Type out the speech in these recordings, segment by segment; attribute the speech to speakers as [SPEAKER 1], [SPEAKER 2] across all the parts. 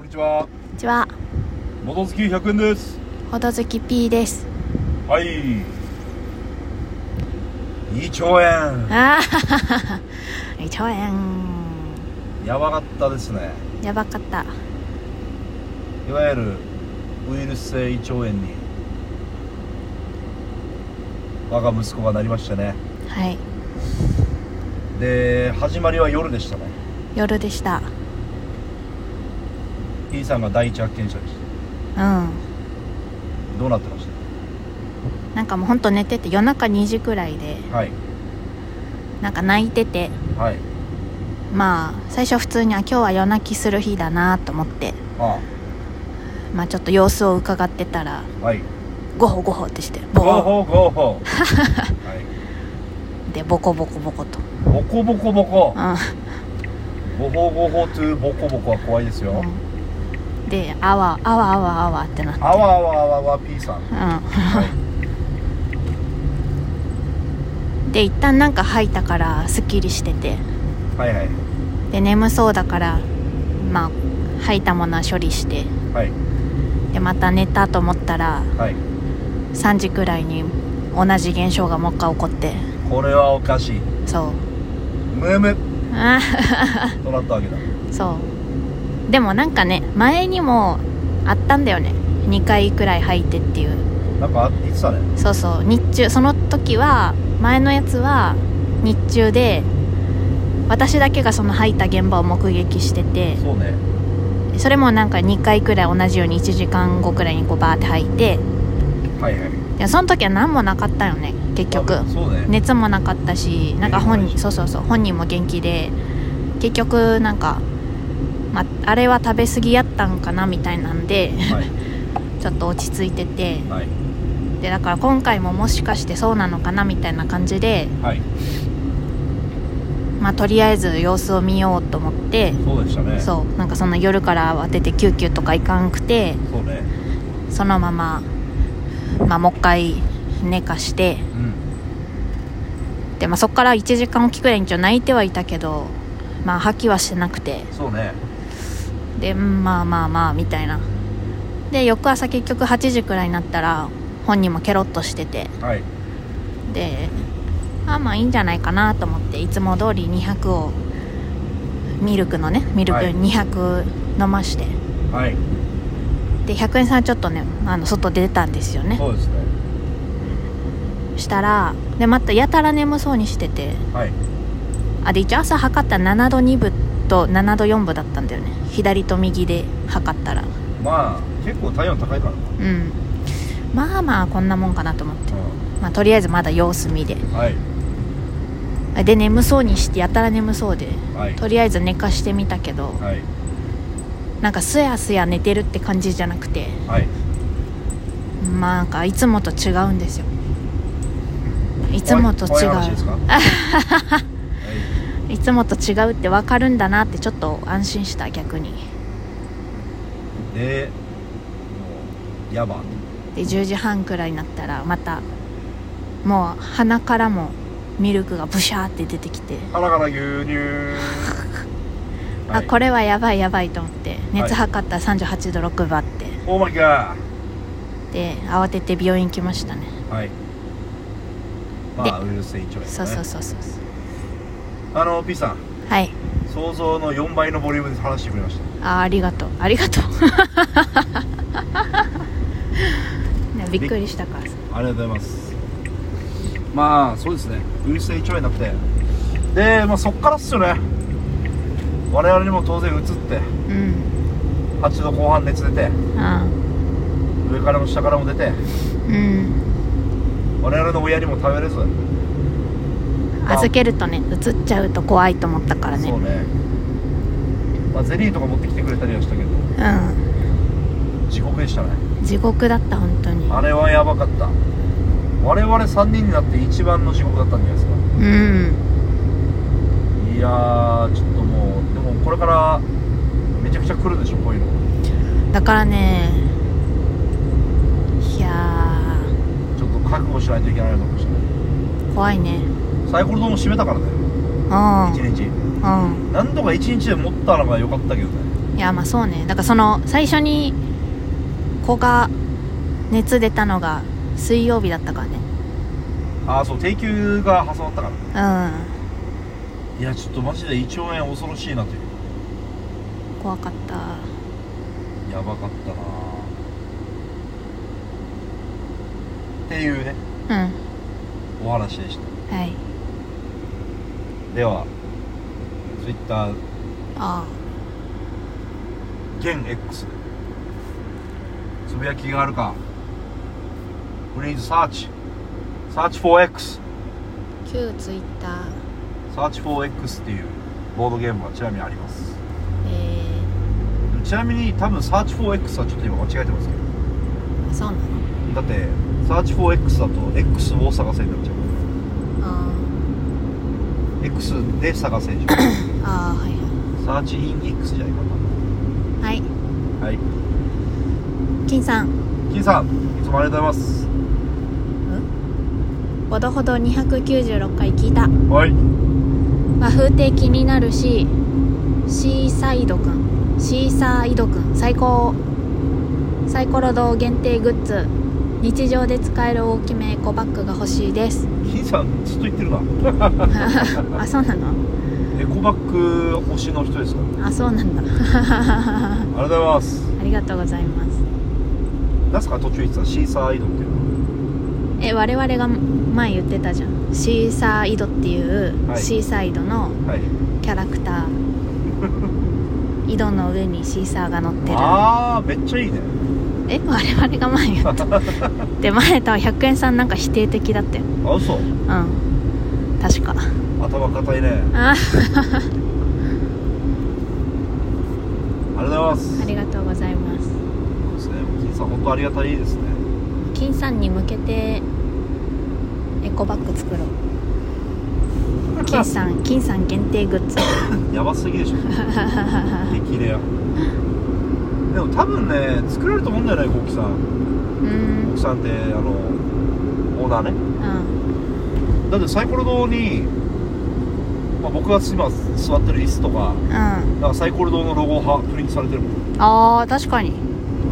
[SPEAKER 1] んにちは。
[SPEAKER 2] こんにちは、
[SPEAKER 1] 元月100円です。
[SPEAKER 2] ほどずき P です。
[SPEAKER 1] はい。2兆円。
[SPEAKER 2] あ あ、1兆円。
[SPEAKER 1] やばかったですね。
[SPEAKER 2] やばかった。
[SPEAKER 1] いわゆるウイルス性胃腸炎に我が息子がなりましてね。
[SPEAKER 2] はい、
[SPEAKER 1] で、始まりは夜でしたね。
[SPEAKER 2] 夜でした。
[SPEAKER 1] P さんが第一発見者でした。
[SPEAKER 2] うん。
[SPEAKER 1] どうなってまし
[SPEAKER 2] なんかもうほんと寝てて、夜中2時くらいで、
[SPEAKER 1] たはい。
[SPEAKER 2] なんか泣いてて、
[SPEAKER 1] はい。
[SPEAKER 2] まあ、最初普通に、あ、今日は夜泣きする日だなと思って、
[SPEAKER 1] あ
[SPEAKER 2] まあちょっと様子を伺ってたら、
[SPEAKER 1] あはい。
[SPEAKER 2] ゴホゴホってして、ボ
[SPEAKER 1] ゴーホ
[SPEAKER 2] コ
[SPEAKER 1] ーゴーホー。はい。
[SPEAKER 2] で、ボコボコボコと。
[SPEAKER 1] ボコボコボコ
[SPEAKER 2] う。
[SPEAKER 1] ボ
[SPEAKER 2] ん。
[SPEAKER 1] ホーゴーホートゥーボコボコは怖いですよ。
[SPEAKER 2] うんで、あわ、あわあわあわってなって。
[SPEAKER 1] あわあわあわあわ P さん。
[SPEAKER 2] うん。で、一旦なんか吐いたから、すっきりしてて。
[SPEAKER 1] はいはい
[SPEAKER 2] で眠そうだからまあ吐いたものは処理して
[SPEAKER 1] はい
[SPEAKER 2] でまた寝たと思ったら
[SPEAKER 1] はい
[SPEAKER 2] 3時くらいに同じ現象がもう一回起こって
[SPEAKER 1] これはおかしい
[SPEAKER 2] そう
[SPEAKER 1] むむ
[SPEAKER 2] あ
[SPEAKER 1] となったわけだ
[SPEAKER 2] そうでもなんかね前にもあったんだよね2回くらい吐いてっていう
[SPEAKER 1] なんか言ってたね
[SPEAKER 2] そうそう日中その時は前のやつは日中で私だけがその吐いた現場を目撃してて
[SPEAKER 1] そうね
[SPEAKER 2] それもなんか2回くらい同じように1時間後くらいにこうバーって吐いて
[SPEAKER 1] はいはい
[SPEAKER 2] でもその時は何もなかったよね結局
[SPEAKER 1] あそうね
[SPEAKER 2] 熱もなかったしなんか本人そうそうそう本人も元気で結局なんか、まあ、あれは食べ過ぎやったんかなみたいなんで
[SPEAKER 1] はい
[SPEAKER 2] ちょっと落ち着いてて
[SPEAKER 1] はい
[SPEAKER 2] でだから今回ももしかしてそうなのかなみたいな感じで、
[SPEAKER 1] はい
[SPEAKER 2] まあ、とりあえず様子を見ようと思って
[SPEAKER 1] そうでしたねう
[SPEAKER 2] そうなんかその夜から慌てて救急とか行かんくて
[SPEAKER 1] そうね
[SPEAKER 2] そのまま、まあ、もう一回寝かして。
[SPEAKER 1] うん
[SPEAKER 2] で、まあ、そこから1時間おきくらいに一応泣いてはいたけど、まあ、吐きはしてなくて
[SPEAKER 1] そうね
[SPEAKER 2] でうんまあまあまあみたいなで翌朝結局8時くらいになったら本人もケロッとしてて
[SPEAKER 1] はい
[SPEAKER 2] であまあいいんじゃないかなと思っていつも通り200をミルクのねミルク
[SPEAKER 1] はい
[SPEAKER 2] 200飲まして、
[SPEAKER 1] はい
[SPEAKER 2] で100円さんちょっとねあの外出たんですよね
[SPEAKER 1] そうですね
[SPEAKER 2] したらでまたやたら眠そうにしてて
[SPEAKER 1] はい
[SPEAKER 2] あで一応朝測ったら7度2分と7度4分だったんだよね左と右で測ったら
[SPEAKER 1] まあ結構体温高いから
[SPEAKER 2] うんまあまあこんなもんかなと思って、
[SPEAKER 1] な
[SPEAKER 2] まあ、とりあえずまだ様子見で
[SPEAKER 1] うんはい
[SPEAKER 2] で眠そうにしてやたら眠そうで
[SPEAKER 1] はい
[SPEAKER 2] とりあえず寝かしてみたけど
[SPEAKER 1] はい
[SPEAKER 2] なんかすやすや寝てるって感じじゃなくて
[SPEAKER 1] はい
[SPEAKER 2] まあなんかいつもと違うんですよいつもと
[SPEAKER 1] 怖い怖い
[SPEAKER 2] 違
[SPEAKER 1] 話です かはい、
[SPEAKER 2] ういつもと違うって分かるんだなってちょっと安心した逆に
[SPEAKER 1] でもうやば
[SPEAKER 2] で10時半くらいになったらまたもう鼻からもミルクがブシャーって出てきて、
[SPEAKER 1] 腹から牛乳
[SPEAKER 2] あこ
[SPEAKER 1] れ
[SPEAKER 2] れはやばいやばいと思って
[SPEAKER 1] い
[SPEAKER 2] 熱測ったら38度6分あって
[SPEAKER 1] オーマイガー
[SPEAKER 2] で慌てて病院来ましたね
[SPEAKER 1] はい。まあ、ウイルス性胃腸炎、ね。
[SPEAKER 2] そうそうそうそう
[SPEAKER 1] あの、P さん、
[SPEAKER 2] はい
[SPEAKER 1] 想像の4倍のボリュームで話してくれまし
[SPEAKER 2] あありがとう ありがとうねびっくりしたから
[SPEAKER 1] た。ありがとうございます。まあ、そうですね。ウイルス性胃腸炎なくて。で、まあ、そっからっすよね。我々にも当然移って、
[SPEAKER 2] うん
[SPEAKER 1] 8度後半熱出て、
[SPEAKER 2] あ
[SPEAKER 1] 上からも下からも出て、
[SPEAKER 2] ーうん
[SPEAKER 1] 我々の親にも食べれず。
[SPEAKER 2] 預けるとね移っちゃうと怖いと思ったからね
[SPEAKER 1] そうね。まあ、ゼリーとか持ってきてくれたりはしたけど、
[SPEAKER 2] う
[SPEAKER 1] 地獄でしたね。
[SPEAKER 2] ん地獄だった本当に
[SPEAKER 1] あれはやばかった。我々3人になって一番の地獄だったんじゃないですか。
[SPEAKER 2] うん
[SPEAKER 1] いやーちょっともうでもこれからめちゃくちゃ来るでしょこういうの
[SPEAKER 2] だからねいや
[SPEAKER 1] ちょっと覚悟しないといけないのかもしれない
[SPEAKER 2] ー怖いね
[SPEAKER 1] サイコロドーム閉めたからね
[SPEAKER 2] うん
[SPEAKER 1] 1日
[SPEAKER 2] うん
[SPEAKER 1] 何度か1日で持ったのが良かったけどね
[SPEAKER 2] いやまあそうねだからその最初に子が熱出たのが水曜日だったからね
[SPEAKER 1] ああそう定休が挟まったから
[SPEAKER 2] う
[SPEAKER 1] いやちょっとマジで胃腸炎恐ろしいなというん
[SPEAKER 2] 怖かった
[SPEAKER 1] やばかったなっていうね
[SPEAKER 2] うん
[SPEAKER 1] お話でした
[SPEAKER 2] はい
[SPEAKER 1] では Twitter
[SPEAKER 2] あ
[SPEAKER 1] 現 X つぶやきがあるか Please search Search for X
[SPEAKER 2] あ旧ツイッター
[SPEAKER 1] Search for X っていうボードゲームはちなみにあります
[SPEAKER 2] え
[SPEAKER 1] ちなみに多分 Search for X はちょっと今間違えてますけど
[SPEAKER 2] ー、そうなの
[SPEAKER 1] だって Search for X だと X を探せになっちゃう
[SPEAKER 2] あ
[SPEAKER 1] X で探せでしょ Search
[SPEAKER 2] ーあーはい
[SPEAKER 1] in X じゃないか
[SPEAKER 2] はいはい
[SPEAKER 1] なはい
[SPEAKER 2] 金さん
[SPEAKER 1] 金さんいつもありがとうございます
[SPEAKER 2] ほどほど296回聞いた
[SPEAKER 1] はい
[SPEAKER 2] 和風亭気になるしシーサイドくんシーサイドくん最高サイコロ堂限定グッズ日常で使える大きめエコバッグが欲しいです
[SPEAKER 1] 金さんずっと言ってるな
[SPEAKER 2] あそうなの
[SPEAKER 1] エコバッグ推しの人ですか
[SPEAKER 2] あそうなんだ
[SPEAKER 1] ありがとうございます
[SPEAKER 2] ありがとうございます
[SPEAKER 1] なんすか途中言ってたシーサーアイドルっていうの
[SPEAKER 2] え我々が前言ってたじゃんシーサイドっていう、
[SPEAKER 1] はい
[SPEAKER 2] シーサイドの
[SPEAKER 1] はい
[SPEAKER 2] キャラクター井戸の上にシーサーが乗ってる
[SPEAKER 1] ああめっちゃいいね
[SPEAKER 2] え我々が前言った で前とは100円さんなんか否定的だったよ
[SPEAKER 1] あ嘘
[SPEAKER 2] うん確か
[SPEAKER 1] 頭固いね
[SPEAKER 2] あ
[SPEAKER 1] ありがとうございます
[SPEAKER 2] ありがとうございます
[SPEAKER 1] そうですね金さん本当ありがたいですね
[SPEAKER 2] 金さんに向けてエコバッグ作ろう金さん金さん限定グッズ
[SPEAKER 1] やばすぎで しょ激レアでも多分ね作れると思うんだよねコウキさん
[SPEAKER 2] う
[SPEAKER 1] コウ
[SPEAKER 2] ん
[SPEAKER 1] キさんってあのオーナーね
[SPEAKER 2] うん
[SPEAKER 1] だってサイコロ堂に、まあ、僕が今座ってる椅子とか
[SPEAKER 2] うんあ
[SPEAKER 1] なんかサイコロ堂のロゴはプリントされてるもん
[SPEAKER 2] あー確かに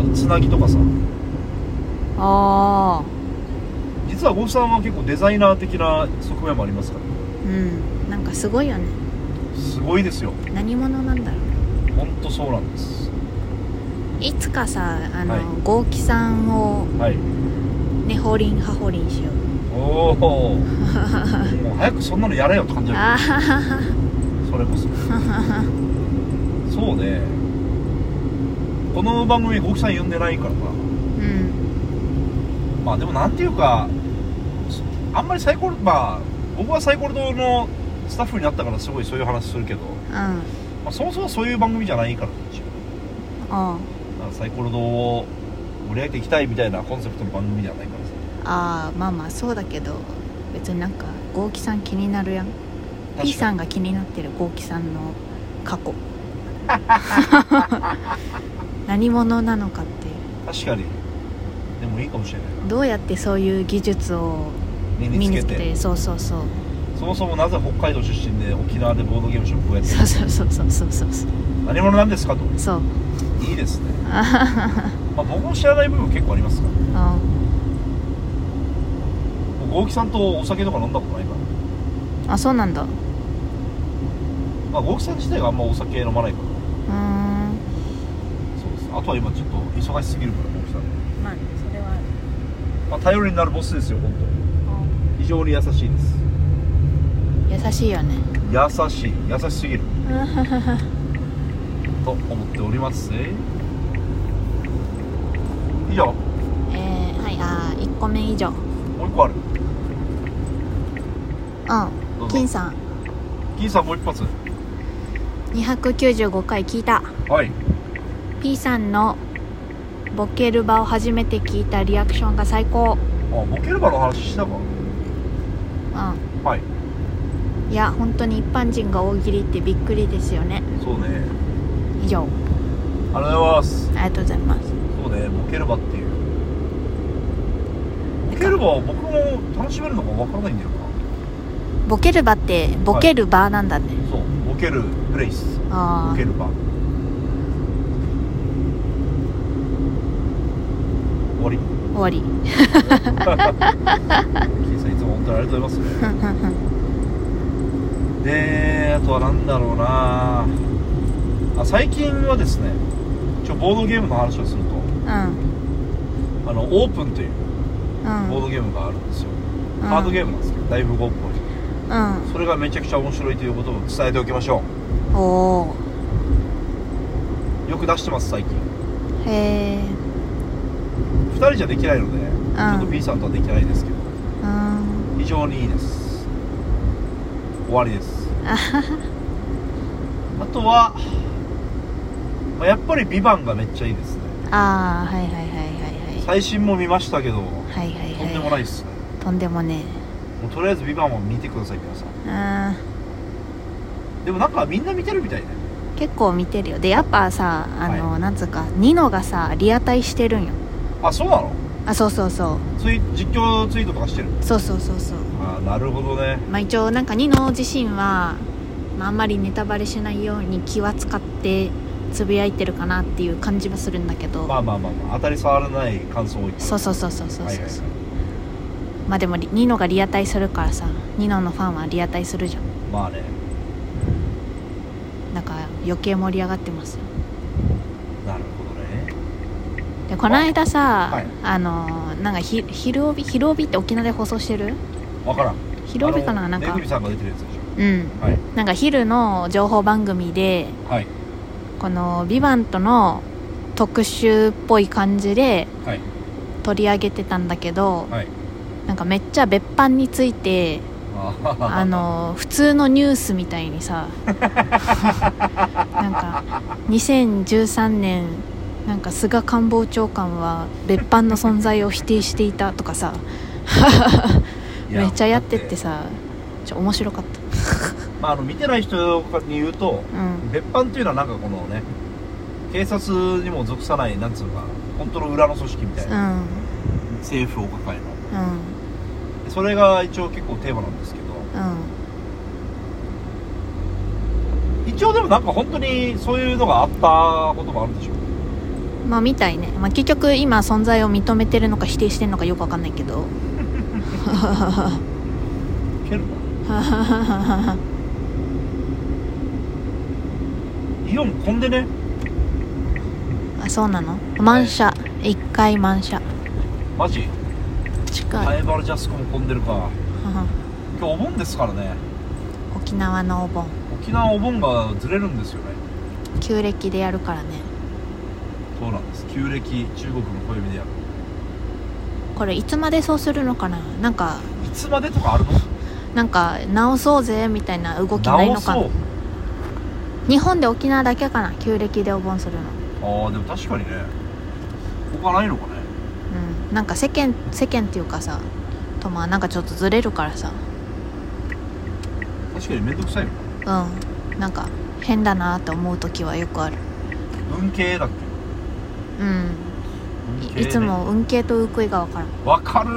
[SPEAKER 1] あとつなぎとかさ
[SPEAKER 2] ああ
[SPEAKER 1] 実はゴウキさんは結構デザイナー的な側面もありますから
[SPEAKER 2] うんなんかすごいよね
[SPEAKER 1] すごいですよ
[SPEAKER 2] 何者なんだろう
[SPEAKER 1] ほんとそうなんです
[SPEAKER 2] いつかさあの、
[SPEAKER 1] はい
[SPEAKER 2] 豪輝さんを
[SPEAKER 1] はい
[SPEAKER 2] ねほりんはほりんしよう
[SPEAKER 1] おお もう早くそんなのやれよって感じだ
[SPEAKER 2] あははは
[SPEAKER 1] けどそれこそそうねこの番組大木さん呼んでないからな
[SPEAKER 2] うん
[SPEAKER 1] まあでもなんていうかあんまりサイコロまあ僕はサイコロ堂のスタッフになったからすごいそういう話するけど、
[SPEAKER 2] うん
[SPEAKER 1] まあ、そもそもそういう番組じゃないから一応
[SPEAKER 2] あ
[SPEAKER 1] なんかサイコロ堂を盛り上げていきたいみたいなコンセプトの番組ではないからさ
[SPEAKER 2] あーまあまあそうだけど別になんか豪輝さん気になるやん
[SPEAKER 1] か
[SPEAKER 2] P さんが気になってる豪輝さんの過 去何者なのかっていう
[SPEAKER 1] 確かにでもいいかもしれない
[SPEAKER 2] どうやってそういう技術を
[SPEAKER 1] 身
[SPEAKER 2] 身
[SPEAKER 1] につ
[SPEAKER 2] に
[SPEAKER 1] け
[SPEAKER 2] つけ
[SPEAKER 1] て
[SPEAKER 2] てそうそうそう
[SPEAKER 1] そもそもなぜ北海道出身で沖縄でボードゲームショップをやってる
[SPEAKER 2] そうそうそうそうそうそうそう
[SPEAKER 1] 何者なんですかと
[SPEAKER 2] そう
[SPEAKER 1] いい ですね、まあ、僕も知らない部分結構ありますから
[SPEAKER 2] あ
[SPEAKER 1] 僕大木さんとお酒とか飲んだことないから、
[SPEAKER 2] あそうなんだう
[SPEAKER 1] まあ、大木さん自体があんまお酒飲まないから
[SPEAKER 2] ーんま
[SPEAKER 1] そうですあとは今ちょっと忙しすぎるから大木さん、
[SPEAKER 2] あそれは
[SPEAKER 1] まあ、頼りになるボスですよ本当に非常に優しいです
[SPEAKER 2] 優しいよね
[SPEAKER 1] 優しい優し すぎると思っております以上
[SPEAKER 2] えー、はいあー1個目以上
[SPEAKER 1] もう一個ある
[SPEAKER 2] う
[SPEAKER 1] ど
[SPEAKER 2] ん
[SPEAKER 1] うぞ
[SPEAKER 2] 金さん
[SPEAKER 1] 金さんもう一発
[SPEAKER 2] 295回聞いた
[SPEAKER 1] はい
[SPEAKER 2] P さんのボケルバを初めて聞いたリアクションが最高
[SPEAKER 1] あボケルバの話したか
[SPEAKER 2] う
[SPEAKER 1] はい
[SPEAKER 2] んいや本当に一般人が大喜利ってびっくりですよね
[SPEAKER 1] そうね
[SPEAKER 2] 以上
[SPEAKER 1] ありがとうございます
[SPEAKER 2] ありがとうございます
[SPEAKER 1] そうねボケルバっていうボケルバは僕も楽しめるのかわからないんだよな
[SPEAKER 2] ボケルバってボケるバーなんだね、
[SPEAKER 1] そうボケるプレイスボ
[SPEAKER 2] あ
[SPEAKER 1] ケルバ
[SPEAKER 2] 終わり
[SPEAKER 1] 金さんいつも本当にありがとうございますねであとは何だろうなあ最近はですねちょボードゲームの話をすると
[SPEAKER 2] うん
[SPEAKER 1] あのオープンという
[SPEAKER 2] うん
[SPEAKER 1] ボードゲームがあるんですよ、カードゲームなんですけどだいぶ豪っぽい
[SPEAKER 2] うん
[SPEAKER 1] それがめちゃくちゃ面白いということを伝えておきましょ
[SPEAKER 2] うんおお
[SPEAKER 1] うよく出してます最近
[SPEAKER 2] へえ
[SPEAKER 1] 2人じゃできないので、
[SPEAKER 2] ん
[SPEAKER 1] ちょっと B さんとはできないですけど
[SPEAKER 2] うん
[SPEAKER 1] 非常にいいです終わりです
[SPEAKER 2] あは
[SPEAKER 1] あとは、まあ、やっぱり「ビバンがめっちゃいいですね
[SPEAKER 2] あーはいはいはい
[SPEAKER 1] 最新も見ましたけど
[SPEAKER 2] はいはいはいはい
[SPEAKER 1] とんでもないっすね
[SPEAKER 2] とんでもね
[SPEAKER 1] もうとりあえず「ビバンを見てください皆さん
[SPEAKER 2] えうん
[SPEAKER 1] でもなんかみんな見てるみたいね
[SPEAKER 2] 結構見てるよでやっぱさあの、
[SPEAKER 1] は
[SPEAKER 2] なんつうかニノがさリアタイしてるんよ
[SPEAKER 1] あそうなの
[SPEAKER 2] あそうそうそ
[SPEAKER 1] ツイ実況ツイートとかしてる
[SPEAKER 2] うそうそうそうそう
[SPEAKER 1] あなるほどね
[SPEAKER 2] まあ一応なんかニノ自身は、まあ、あんまりネタバレしないように気は使ってつぶやいてるかなっていう感じはするんだけど、
[SPEAKER 1] まあまあまあ、まあ、当たり障らない感想多いから
[SPEAKER 2] そうそうそうそうそうそう、
[SPEAKER 1] はいはいはい
[SPEAKER 2] まあでもリニノがリアタイするからさニノのファンはリアタイするじゃん
[SPEAKER 1] まあね
[SPEAKER 2] だから余計盛り上がってますよ
[SPEAKER 1] なるほどね
[SPEAKER 2] でこの間さ、
[SPEAKER 1] はい
[SPEAKER 2] あのーなんかひ昼帯昼帯って沖縄で放送してる
[SPEAKER 1] わからん
[SPEAKER 2] 昼帯かな
[SPEAKER 1] あの
[SPEAKER 2] なん
[SPEAKER 1] め
[SPEAKER 2] か
[SPEAKER 1] ぐみさんが出てるやつでし
[SPEAKER 2] うん
[SPEAKER 1] ょはい
[SPEAKER 2] なんか昼の情報番組で
[SPEAKER 1] はい
[SPEAKER 2] この「ビバンとの特集っぽい感じで
[SPEAKER 1] はい
[SPEAKER 2] 取り上げてたんだけど
[SPEAKER 1] はい
[SPEAKER 2] なんかめっちゃ別班について
[SPEAKER 1] あー
[SPEAKER 2] あの普通のニュースみたい にさなんか2013年なんか菅官房長官は別班の存在を否定していたとかさ
[SPEAKER 1] いや
[SPEAKER 2] めっちゃやってってさちょ面白かっ
[SPEAKER 1] まあ、あの見てない人に言うと
[SPEAKER 2] たうん
[SPEAKER 1] 別班っていうのはなんかこのね警察にも属さないなんつうのかな本当の裏の組織みたいうな、
[SPEAKER 2] ん
[SPEAKER 1] 政府を抱えの
[SPEAKER 2] うん
[SPEAKER 1] でそれが一応結構テーマなんですけど
[SPEAKER 2] うん
[SPEAKER 1] 一応でもなんか本当にそういうのがあったこともあるんでしょ
[SPEAKER 2] まあみたいね、まあ、結局今存在を認めてるのか否定してるのかよくわかんないけど
[SPEAKER 1] けるなイオン混んでね
[SPEAKER 2] あそうなの満車一回満車
[SPEAKER 1] マジ
[SPEAKER 2] 近
[SPEAKER 1] ハ
[SPEAKER 2] い
[SPEAKER 1] イバルジャスコも混んでるか今日お盆ですからね
[SPEAKER 2] 沖縄のお盆
[SPEAKER 1] 沖縄お盆がずれるんですよね
[SPEAKER 2] 旧暦でやるからね
[SPEAKER 1] そうなんです旧暦中国の小指でやる
[SPEAKER 2] これいつまでそうするのかななんか
[SPEAKER 1] いつまでとかあるの
[SPEAKER 2] なんか直そうぜみたいな動きないのか
[SPEAKER 1] 直
[SPEAKER 2] な日本で沖縄だけかな旧暦でお盆するの
[SPEAKER 1] そうああでも確かにね他ないのかね
[SPEAKER 2] うんなんか世間世間っていうかさとまあなんかちょっとずれるからさ
[SPEAKER 1] 確かに面倒くさいよ
[SPEAKER 2] うんなんか変だなって思う時はよくある
[SPEAKER 1] 文系だっけ
[SPEAKER 2] うん
[SPEAKER 1] 文系、ね、
[SPEAKER 2] いいつも運慶と運いが分からん、
[SPEAKER 1] わかるー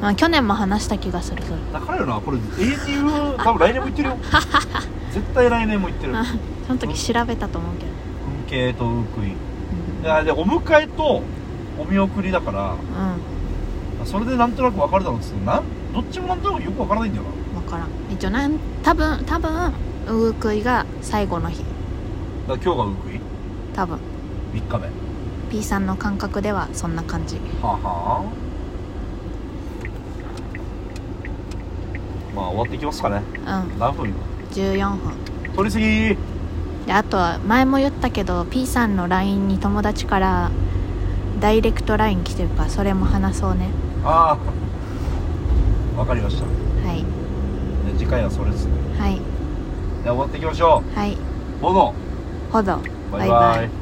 [SPEAKER 2] まあ、去年も話した気がするそれ
[SPEAKER 1] だからよなこれ ATU 多分来年も行ってるよ 絶対来年も行ってる
[SPEAKER 2] あその時調べたと思うけど
[SPEAKER 1] 文系とウクイ
[SPEAKER 2] うん
[SPEAKER 1] であでお迎えとお見送りだから
[SPEAKER 2] う
[SPEAKER 1] それでなんとなく分かるだろうっつってなんどっちもなんとなくよく分からないんだよなん
[SPEAKER 2] 分からん一応なん多分多分ウークイが最後の日
[SPEAKER 1] だから今日がウクイ
[SPEAKER 2] 多分
[SPEAKER 1] 3日目は
[SPEAKER 2] P さんの感覚ではそんな感じ
[SPEAKER 1] あはあまあ終わっていきますかね
[SPEAKER 2] うん
[SPEAKER 1] 何分今
[SPEAKER 2] 14分
[SPEAKER 1] 取りすぎ
[SPEAKER 2] であとは前も言ったけど P さんの LINE に友達からダイレクト LINE 来てるからそれも話そうね
[SPEAKER 1] ああ分かりましたで
[SPEAKER 2] はい
[SPEAKER 1] 次回はそれですね
[SPEAKER 2] はい
[SPEAKER 1] では終わっていきましょ
[SPEAKER 2] はいう
[SPEAKER 1] ボード
[SPEAKER 2] ほど
[SPEAKER 1] バイバイ
[SPEAKER 2] バイバイ